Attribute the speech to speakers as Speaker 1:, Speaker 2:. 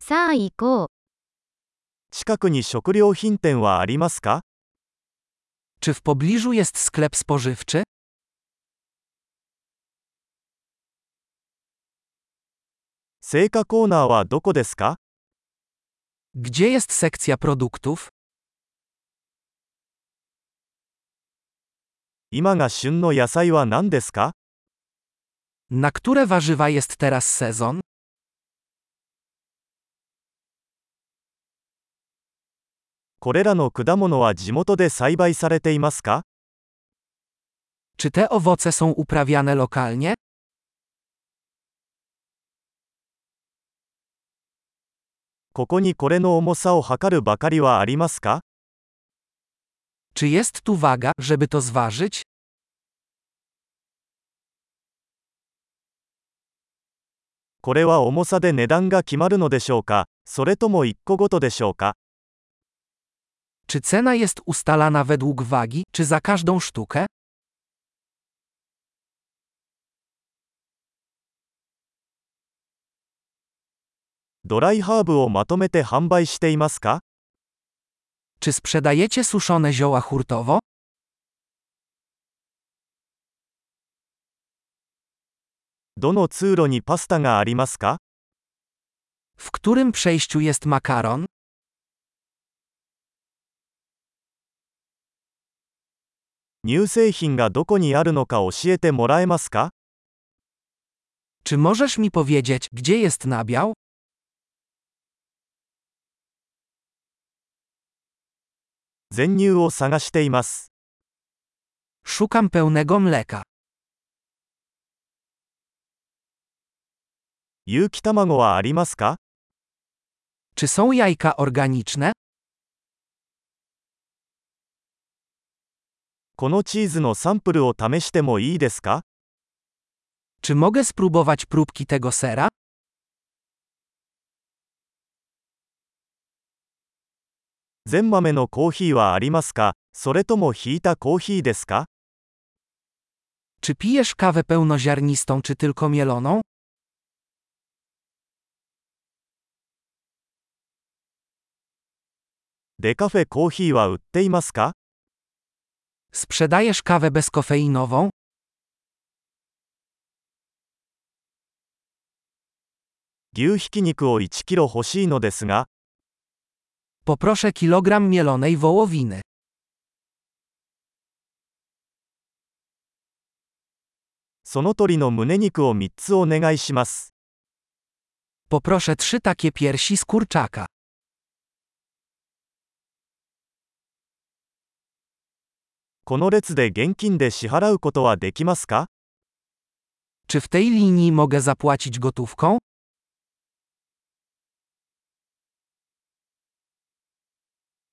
Speaker 1: さあ行こう。
Speaker 2: 近くに食料品店はありますか
Speaker 3: Czy w pobliżu jest sklep spożywczy?
Speaker 2: 青果コーナーはどこですか
Speaker 3: Gdzie jest sekcja produktów?
Speaker 2: 今が旬の野菜は何ですか
Speaker 3: Na które warzywa jest teraz sezon?
Speaker 2: これらの果物は地元で栽培されていますか
Speaker 3: Czy te owoce są uprawiane lokalnie?
Speaker 2: ここにこれの重さを測るばかりはありますか
Speaker 3: Czy jest tu waga, żeby to zważyć?
Speaker 2: これは重さで値段が決まるのでしょうかそれとも1個ごとでしょうか
Speaker 3: Czy cena jest ustalana według wagi, czy za każdą sztukę?
Speaker 2: ドライハーブをまとめて販売していますか
Speaker 3: Czy sprzedajecie suszone zioła hurtowo?
Speaker 2: どの通路にパスタがありますか
Speaker 3: W którym przejściu jest makaron?
Speaker 2: 乳製品がどこにあるのか教えてもらえますか
Speaker 3: Czy możesz mi powiedzieć, gdzie jest nabiał?
Speaker 2: 全乳を探しています。
Speaker 3: Szukam pełnego mleka.
Speaker 2: 有機卵はありますか
Speaker 3: Czy są jajka organiczne?
Speaker 2: このチーズのサンプルを試してもいいですか
Speaker 3: Czy mogę spróbować próbki tego sera?
Speaker 2: 全豆のコーヒーはありますかそれともひいたコーヒーですか
Speaker 3: Czy pijesz kawę pełnoziarnistą czy tylko mieloną?
Speaker 2: デカフェコーヒーは売っていますか
Speaker 3: Sprzedajesz kawę bezkofeinową?
Speaker 2: 牛ひき肉を1キロ欲しいのですが、
Speaker 3: Poproszę kilogram mielonej wołowiny.
Speaker 2: その鳥の胸肉を3つお願いします。
Speaker 3: Poproszę trzy takie piersi z kurczaka.
Speaker 2: この列で現金で支払うことはできますか
Speaker 3: Czy w tej linii mogę zapłacić gotówką?